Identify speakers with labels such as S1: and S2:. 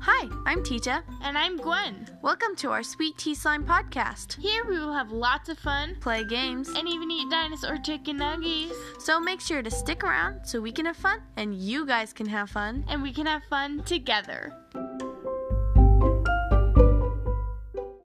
S1: Hi, I'm Tita.
S2: And I'm Gwen.
S1: Welcome to our Sweet Tea Slime podcast.
S2: Here we will have lots of fun
S1: Play games,
S2: and even eat dinosaur chicken nuggets.
S1: so make sure to stick around so we can have fun and you guys can have fun.
S2: And we can have fun together.